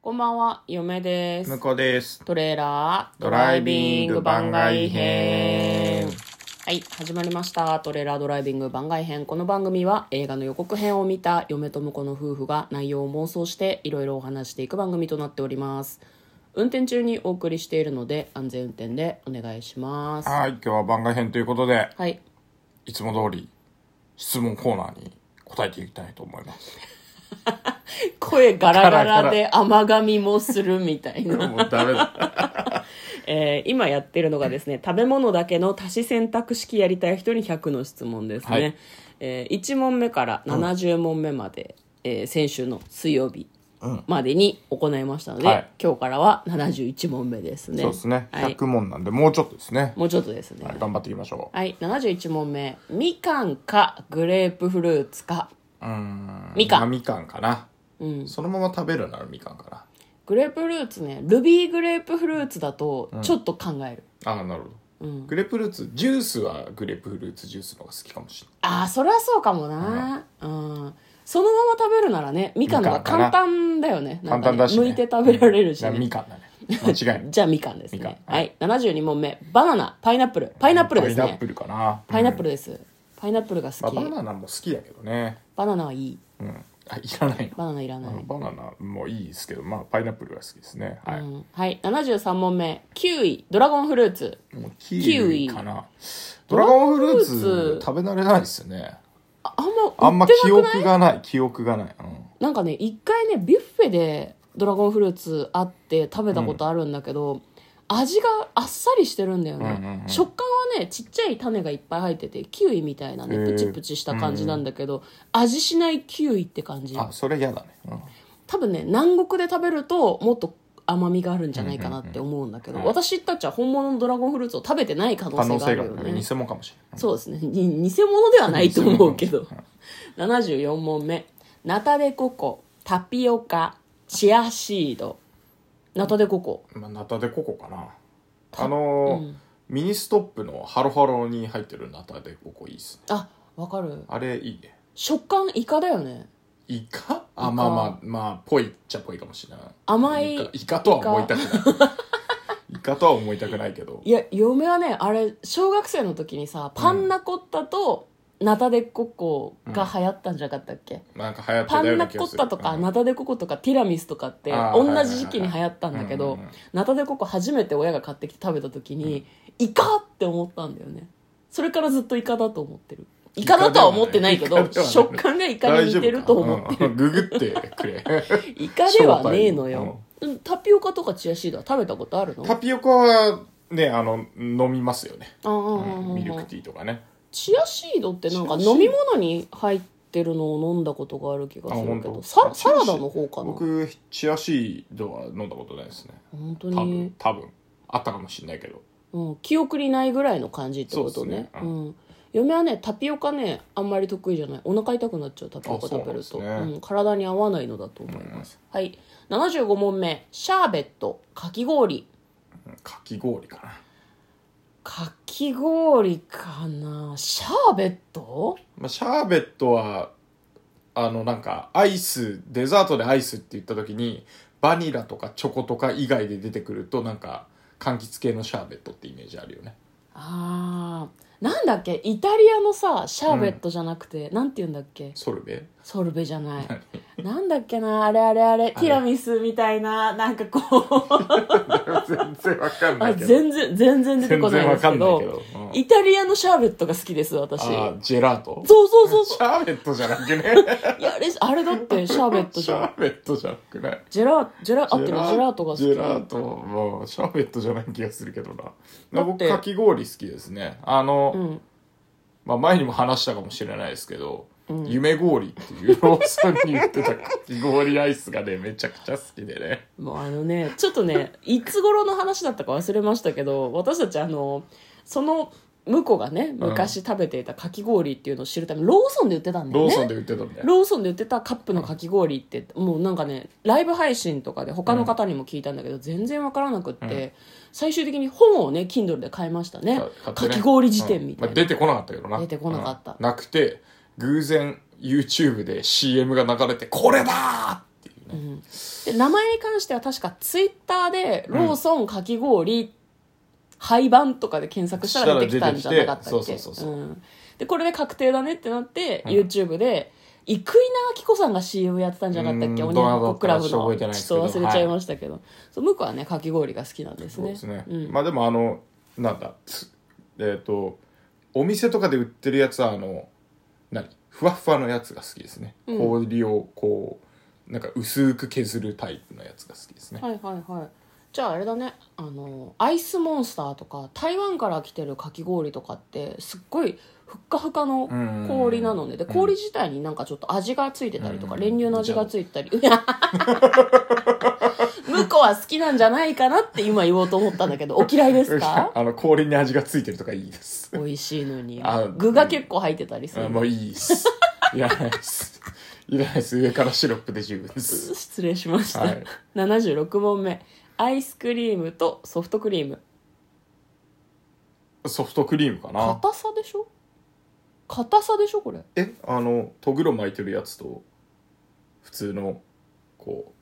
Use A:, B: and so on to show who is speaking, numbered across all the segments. A: こんばんは、嫁です
B: 向。こうです。
A: トレーラード
B: ドライビング番外編。
A: はい、始まりました。トレーラードライビング番外編。この番組は映画の予告編を見た嫁と婿の夫婦が内容を妄想していろいろお話していく番組となっております。運転中にお送りしているので安全運転でお願いします。
B: はい、今日は番外編ということで、
A: はい。
B: いつも通り質問コーナーに答えていきたいと思います。
A: 声ガラガ
B: ガラ
A: ラ
B: ガ
A: で甘噛みもするみたいな。
B: もうダメだ。
A: えー今やってるのがですね食べ物だけの足し選択式やりたい人に100の質問ですね、
B: はい
A: えー1問目から70問目まで、えー先週の水曜日までに行いましたので、
B: はい
A: 今日からは71問目ですね
B: そうですね。
A: はい、
B: 100問なんで、もうちょっとですね。
A: もうちょっとですね
B: はい頑張っていきましょ
A: はい、71問目みかんかグレープフルーツか
B: う。うーん。
A: みかん
B: まあみかんかな。
A: うん
B: そのまま食べるならみかんか
A: グレープフルーツねルビーグレープフルーツだとちょっと考える、
B: な。ああ、なるほど。グレープフルーツ、ジュースはグレープフルーツジュースの方が好きかもしれない。
A: ああそれはそうかもな、うんそのまま食べるならねみかんの方が
B: みかんか
A: 簡
B: な
A: 単だよねなん
B: 簡
A: か
B: 単
A: ね
B: だし、ね。
A: 剥いて食べられるし、
B: うん
A: ね
B: だからみかんだね。間違 いない。
A: じゃあみかんです
B: みかん
A: ねはい、72問目バナナパイナップルパイナップルです
B: パイナッ
A: ね
B: プルかな。
A: パイナップルです、パイナップルが好
B: まあ
A: き、
B: バナナも好きだけどね。
A: バナナはいい
B: うん。あ、いらないの。
A: バナナいらない、
B: バナナもいいですけど、まあ、パイナップルが好きですね。はい。
A: うんはい、73問目キウイドラゴンフルーツ
B: もうキ
A: キウ
B: ウ
A: イ
B: イかな。ドラゴンフルー
A: ドラゴンフルー
B: ツ
A: ツ
B: 食べ慣れないですよね。
A: ああ
B: あ
A: んま売
B: んま
A: ってなくない
B: 記憶がない、記憶がない。
A: なんかね一回ねビュッフェでドラゴンフルーツあって食べたことあるんだけど、味があっさりしてるんだよね、
B: うんうんうん
A: 食感はねちっちゃい種がいっぱい入っててキウイみたいなね
B: へー
A: プチプチした感じなんだけど、味しないキウイって感じ
B: うん。あ、それ嫌だね。うん
A: 多分ね南国で食べるともっと甘みがあるんじゃないかなって思うんだけど、
B: うんうん
A: 私たちは本物のドラゴンフルーツを食べてない可能
B: 可
A: 性
B: 能
A: があ
B: 性
A: る
B: があ
A: よ
B: る
A: ね
B: ね。偽物かもしれない。
A: そうですねに偽物ではないと思うけど
B: 偽物かもし
A: 74問目ナタデココタピオカチアシードナタデココ
B: れない。まあ、ナタデココかな。あのー
A: うん
B: ミニストップのハロハロに入ってるナタデココいいっすね。
A: あわかる
B: あれいいね。
A: 食感イカだよね
B: イカ
A: イ
B: あ、
A: カ
B: まあまあ、まあ、ぽいっちゃぽいかもしれない。
A: 甘い
B: イカイカとは思いたくない。イカとは思いたくないけど。
A: いや嫁はねあれ小学生の時にさパンナコッタとナタデココが流行ったんじゃなかったっけ、
B: なんか流行って
A: パ
B: たよ
A: ン
B: う
A: ナ
B: な気
A: コ
B: がす
A: ッ
B: る。
A: タとか
B: うん
A: ナタデココとかティラミスとかって
B: あ
A: 同
B: ー
A: じ時期に流行ったんだけ
B: は
A: ど
B: いはいはいはい
A: ナタデココ初めて親が買ってきて食べた時にイカって思ったんだよねそれからずっとイカだと思ってるイカだとは思ってないけ
B: イカ
A: ど
B: ではない
A: 食感がイカに似てると思って
B: てる。ググってくれ。
A: イカではねえの
B: 正
A: よう
B: 体
A: んタピオカとかチアシードは食べたことあるの
B: タピオカはね、あの、飲みますよね。
A: あー
B: うんミルクティーとかね。
A: チアシードってなんか
B: チアシード
A: 飲み物に入ってるのを飲んだことがある気がするけ
B: あほ
A: ど
B: んと
A: ササラダの方かな
B: 僕、チアシードは飲んだことないですね。
A: 本当
B: 多
A: に
B: 分、多分。あったかもしれないけど。
A: うん、記憶にないぐらいの感じってことね
B: そう
A: う
B: ですね
A: ん、嫁はねタピオカねあんまり得意じゃないお腹痛くなっちゃうタピオカ
B: あそ
A: 食
B: うな
A: べ
B: ん
A: る
B: で
A: と
B: す
A: う、
B: ね
A: ん、体に合わないのだと思います、はい75問目シャーベットかき氷
B: うんかき氷かな。
A: かき氷かなシャーベット
B: まあ、シャーベットは、あの、なんか、アイス、デザートでアイスって言った時に、バニラとかチョコとか以外で出てくると、なんか、柑橘系のシャーベットってイメージあるよね。
A: あーなんだっけイタリアのさシャーベットじゃなくて、なんて言うんだっけ
B: ソルベ
A: ソルベじゃないなんだっけなあれあれあれティラミスみたいななんかこう
B: 全然わかん
A: あ全然全然出てこないんですけど
B: うん
A: イタリアのシャーベットが好きです私
B: あ
A: そ
B: ジェラート
A: うそうそうそ
B: シャーベットじゃなくね
A: ういやあれあれだってシャーベット
B: シ
A: じゃん
B: ャーベットじゃなくない
A: ジェラージェラー合ってるジ
B: ジェラ
A: ェラートが好き
B: ジェラートもシャーベットじゃない気がするけど
A: だ
B: な
A: っ
B: 僕
A: て
B: かき氷好きですねあの、
A: うん
B: まあ、前にも話したかもしれないですけど、
A: うん
B: 夢氷っていうローソンに売ってたかき氷アイスがねめちゃくちゃ好きでね
A: もうあのねちょっとねいつ頃の話だったか忘れましたけど私たちあのその向こうがね昔食べていたかき氷っていうのを知るためにローソンで売ってたんだよ
B: ロー
A: ね
B: ソンで売ってたんだよ、
A: ローソンで売ってたカップのかき氷ってもうなんかねライブ配信とかで他の方にも聞いたんだけど、全然わからなくって、
B: うん
A: 最終的に本をね Kindle で買いましたね
B: 買って
A: か
B: ね
A: き氷辞典みたい
B: うんまあ
A: な、
B: 出てこなかったけどな
A: 出てこなかった
B: うんなくて偶然 YouTube で CM が流れて「これだ!」っていう
A: う
B: ね、
A: ん、で名前に関しては確かツイッターで「ローソンかき氷、廃盤」とかで検索したら出てきたんじゃなかったっ
B: したら出
A: け
B: てきてそうそうそうそうん
A: でこれで確定だねってなって、
B: うん
A: YouTube で生稲晃子さんが CM やってたんじゃなかったっけ
B: うーん
A: 鬼
B: どな
A: ご
B: ただ
A: クラブの
B: かちょっと覚えてないです
A: ち
B: けど
A: ょっと忘れちゃいましたけど、そう向こうはねかき氷が好きなんです
B: そう
A: ね
B: ですね、
A: うん
B: まあでもあのなんだつえっ、とお店とかで売ってるやつはあの何ふわふわのやつが好きですね、
A: うん
B: 氷をこうなんか薄く削るタイプのやつが好きですね、
A: はいはいはいじゃああれだねあのアイスモンスターとか台湾から来てるかき氷とかってすっごいふっかふかの氷なのねで
B: うん
A: 氷自体になんかちょっと味がついてたりとか
B: うん
A: 練乳の味がついてたり 向こうは好きなんじゃないかなって今言おうと思ったんだけどお嫌いですか
B: あの氷に味がついてるとかいいです
A: 美味しいのに
B: あ
A: 具が結構入ってたりす
B: あ
A: る
B: もういいですいらないですいらないです上からシロップで十分です
A: 失礼しました、
B: はい
A: 76問目アイスクリームとソフトクリーム
B: ソフトクリームかな
A: 硬さでしょ硬さでしょこれ
B: えあのとぐろ巻いてるやつと普通のこ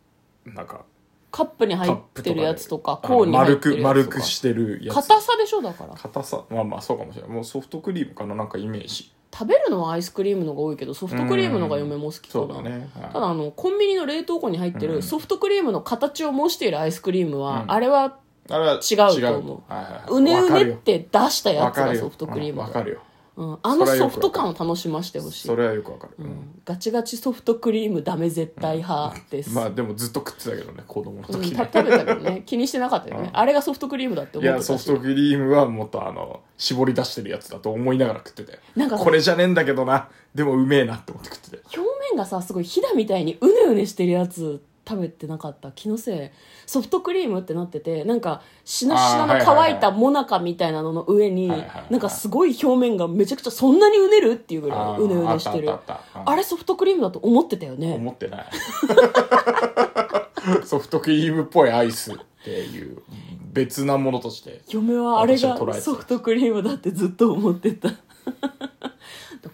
B: うなんか
A: カップに入
B: カップ
A: ってるやつとか
B: あ
A: コー
B: の
A: ンに入っ
B: 丸
A: て
B: く
A: るや
B: 丸
A: つと
B: く
A: か
B: してるやつ
A: 硬さでしょだから
B: 硬さまあまあそうかもしれないもうソフトクリームかななんかイメージ
A: 食べるのはアイスクリームのが多いけどソフトクリームのが嫁も好きか
B: そう
A: な
B: だね、はい
A: ただあのコンビニの冷凍庫に入って
B: う
A: る
B: ん
A: ソフトクリームの形を模しているアイスクリームは、
B: うん
A: あれは
B: あれは
A: 違うと思う
B: はいはいはいう
A: ねう
B: わか
A: ね
B: る
A: っ
B: よ
A: て出したや
B: わ
A: つ
B: か
A: が
B: るよ
A: ソフトクリーム
B: うんわ
A: だ
B: かるよ
A: うんあの
B: それは
A: ソフ
B: よくわかる
A: ト感を楽しませてほしい
B: それはよくわかる、
A: う
B: うん
A: んガチガチソフトクリームダメ絶対派です、
B: まあでもずっと食ってたけどね子供の
A: うん
B: 時
A: た
B: ね、
A: 食べたけどね気にしてなかったよね、
B: うん
A: あれがソフトクリームだって
B: い
A: 思って
B: や
A: たし
B: ソフトクリームはもっとあの絞り出してるやつだと思いながら食ってたよ
A: なんかさ
B: これじゃねえんだけどなでもうめえなって思って食ってたよ
A: 表面がさすごいひだみたいにうねうねしてるやつ食べてなかった気のせいソフトクリームってなっててなんかしなしな
B: あーはい
A: の
B: はいは
A: 乾
B: い
A: いたもなかみたいなのの上に
B: はいはいはい
A: なんかすごい表面がめちゃくちゃそんなにうねるっていうぐら
B: あ
A: い
B: ー
A: うねうねしてる
B: あ
A: あ
B: ったあったあった
A: れソフトクリームだと思ってたよね
B: 思って ないソフトクリームっぽいアイスっていう別なものとして
A: 嫁はあれ
B: 私は捉えて
A: が
B: た
A: ソフトクリームだってずっと思ってた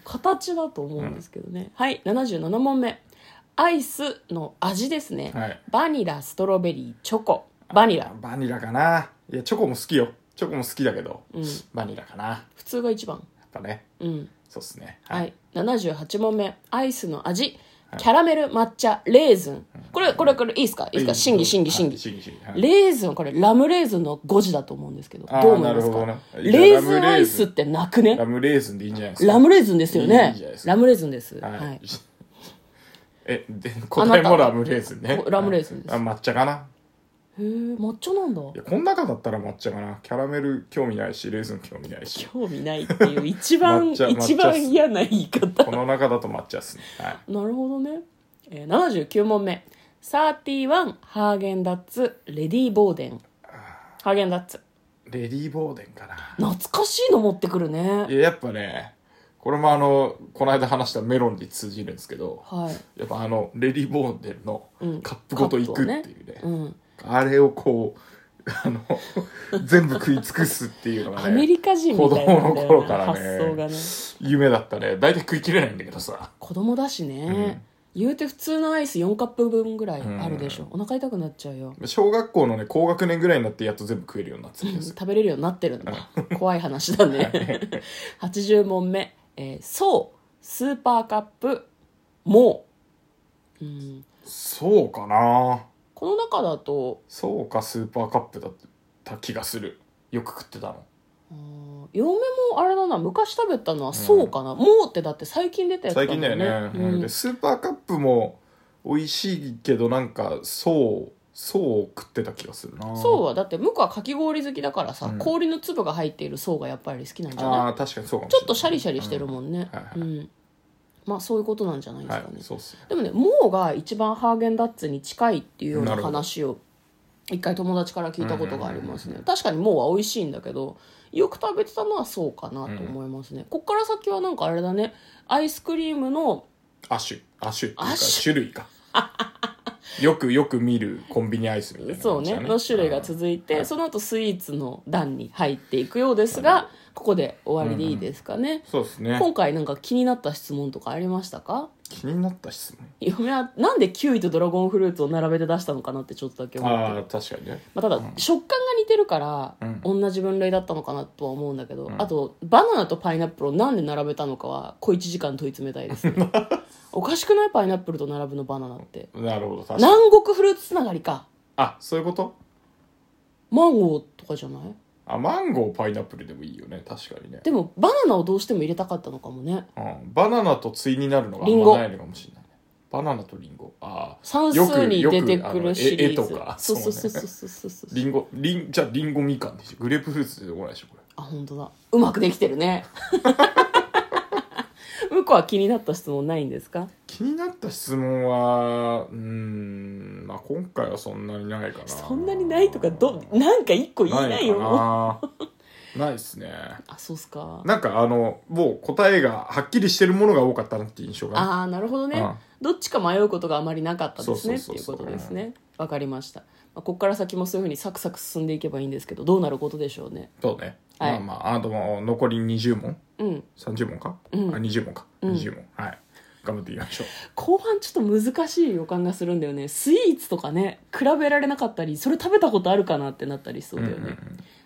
A: 形だと思うんですけどね、はい77問目アイスの味ですね、
B: はい
A: バニラストロベリーチョコバニラ
B: バニラかないやチョコも好きよチョコも好きだけど、
A: うん
B: バニラかなや
A: 普通が一番
B: っぱね
A: うん
B: そうっすね
A: はい、78問目アイスの味キャラメル抹茶レーズンこれこれこれいいですかいいですか審議審議審議
B: 審議審議はい
A: レーズンこれラムレーズンの5時だと思うんですけど
B: あー
A: どう思いますか、
B: なるほどね
A: レーズンアイスってなくね
B: ラムレーズンでいいんじゃないですか
A: ラムレーズンですよ
B: いい
A: ね
B: じゃないですか
A: ラムレーズンですはい、
B: はい えで答えもラムレーズンね
A: おラムレーズンです
B: あ抹茶かな
A: へえ抹茶 なんだ
B: いやこの中だったら抹茶かなキャラメル興味ないしレーズン興味な いし
A: 興味ないっていう一番
B: 抹茶抹茶っす
A: 一番嫌な言い方
B: この中だと抹茶っすねはい
A: なるほどね、えー、79問目31ハーゲンダッツレディー・ボーデンハーゲンダッツ
B: レディー・ボーデンかな
A: 懐かしいの持ってくる
B: い
A: ね
B: ややっぱねこれもあのこの間話したメロンに通じるんですけど
A: はい
B: やっぱあのレディー・ボーデンの
A: うん
B: カップごといくっていうね,、
A: うん、
B: あれをこうあの全部食い尽くすっていうのが
A: アメ
B: ね
A: リカ人みたいなんだ
B: 子供の
A: よ
B: 頃
A: な
B: からね
A: 発想がね
B: 夢だったね大体食い切れないんだけどさ
A: 子供だしね、言うて普通のアイス4カップ分ぐらいあるでしょ、お腹痛くなっちゃうよ、
B: 小学校のね高学年ぐらいになってやっと全部食えるようになってたんですよ
A: 食べれるようになってるんだ怖い話だ ね80問目、えー、そうスーパーカップもう、うん、
B: そうかな
A: この中だと
B: そうかスーパーカップだった気がするよく食ってたの
A: あー嫁もあれだな昔食べたのはそうかな、もうってだって最近出たやつ
B: 最近だよね
A: うん
B: うんでスーパーカップも美味しいけどなんかそうそうを食ってた気がするな
A: そうはだって向こうはかき氷好きだからさ、
B: うん
A: 氷の粒が入っている層がやっぱり好きなんじゃ
B: あ
A: ない
B: あ確かにそうかもし
A: ち
B: れ
A: ょっとシャリシャリしてる
B: ん、
A: もんね
B: はいは
A: う
B: い
A: ん、まあそういうことなんじゃないです
B: は
A: か
B: い
A: ね、
B: そうっすね
A: でもねもうが一番ハーゲンダッツに近いっていうような
B: なるほど
A: 話を一回友達から聞いたことがあります
B: うんうんう
A: ね
B: ん
A: 確かにもうは美味しいんだけどよく食べてたのはそうかなと思いますね、こっから先はなんかあれだねアイスクリームの
B: 亜種亜種っていうか
A: 亜種
B: 種類かよくよく見るコンビニアイスみたいな
A: そう
B: 感じ
A: ね
B: だ
A: の種類が続いて、
B: うん
A: その後スイーツの段に入っていくようですが、ここで終わりでいいですかね、
B: そうですね
A: 今回なんか気になった質問とかありましたか
B: 気になった質問
A: 嫁はなんでキウイとドラゴンフルーツを並べて出したのかなってちょっとだけ思って
B: あ
A: る
B: あ確かにね
A: まあ、ただ食感が似てるから、
B: う
A: 同じ分類だったのかなとは思うんだけど、
B: ん
A: あとバナナとパイナップルをなんで並べたのかは小1時間問い詰めたい ですねおかしくないパイナップルと並ぶのバナナって
B: なるほど確かに
A: 南国フルーツつながりか
B: あそういうこと
A: マンゴーとかじゃない
B: あマンゴーパイナップルでもいいよね確かにね、
A: でもバナナをどうしても入れたかったのかもね
B: うん、バナナと対になるのがあん
A: リンゴ
B: まないのかもしれないねバナナとリンゴああ
A: 算数に出てくるシリー
B: よく
A: ズ
B: よくあの絵絵とか
A: そうそうそう
B: そう
A: そ
B: ね
A: うそうそう
B: リンゴリンじゃあリンゴみかんでしょグレープフルーツ出てこないでしょこれ
A: あ本当だうまくできてるね 向こうは気になった質問ないんですか
B: 気になった質問はうーんまあ今回はそんなにないかな
A: そんなにないとかどなんか一個言いな
B: ないい
A: よ
B: かなないっすね
A: あそうっすか
B: なんかあのもう答えがはっきりしてるものが多かったなっていう印象が
A: ああなるほどね、
B: うん
A: どっちか迷うことがあまりなかったですねって
B: そう
A: いう
B: そ
A: こ
B: うそうそう
A: とですねわかりました、まあ、ここから先もそういうふうにサクサク進んでいけばいいんですけどどうなることでしょうね
B: そうね、
A: はい
B: まあまああともう残り20問
A: うん
B: 30問か、
A: うん
B: あ20問か、
A: うん
B: 20問はい頑張っていきましょう
A: 後半ちょっと難しい予感がするんだよねスイーツとかね比べられなかったりそれ食べたことあるかなってなったりしそうだよね、
B: うんうんうん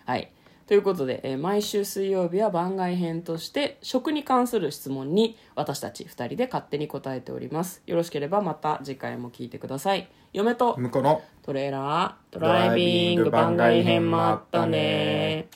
A: はい。ということで、えー毎週水曜日は番外編として、食に関する質問に私たち2人で勝手に答えております。よろしければまた次回も聞いてください。嫁と
B: 向こうの
A: トレーラー、ドライビング番外編もあったね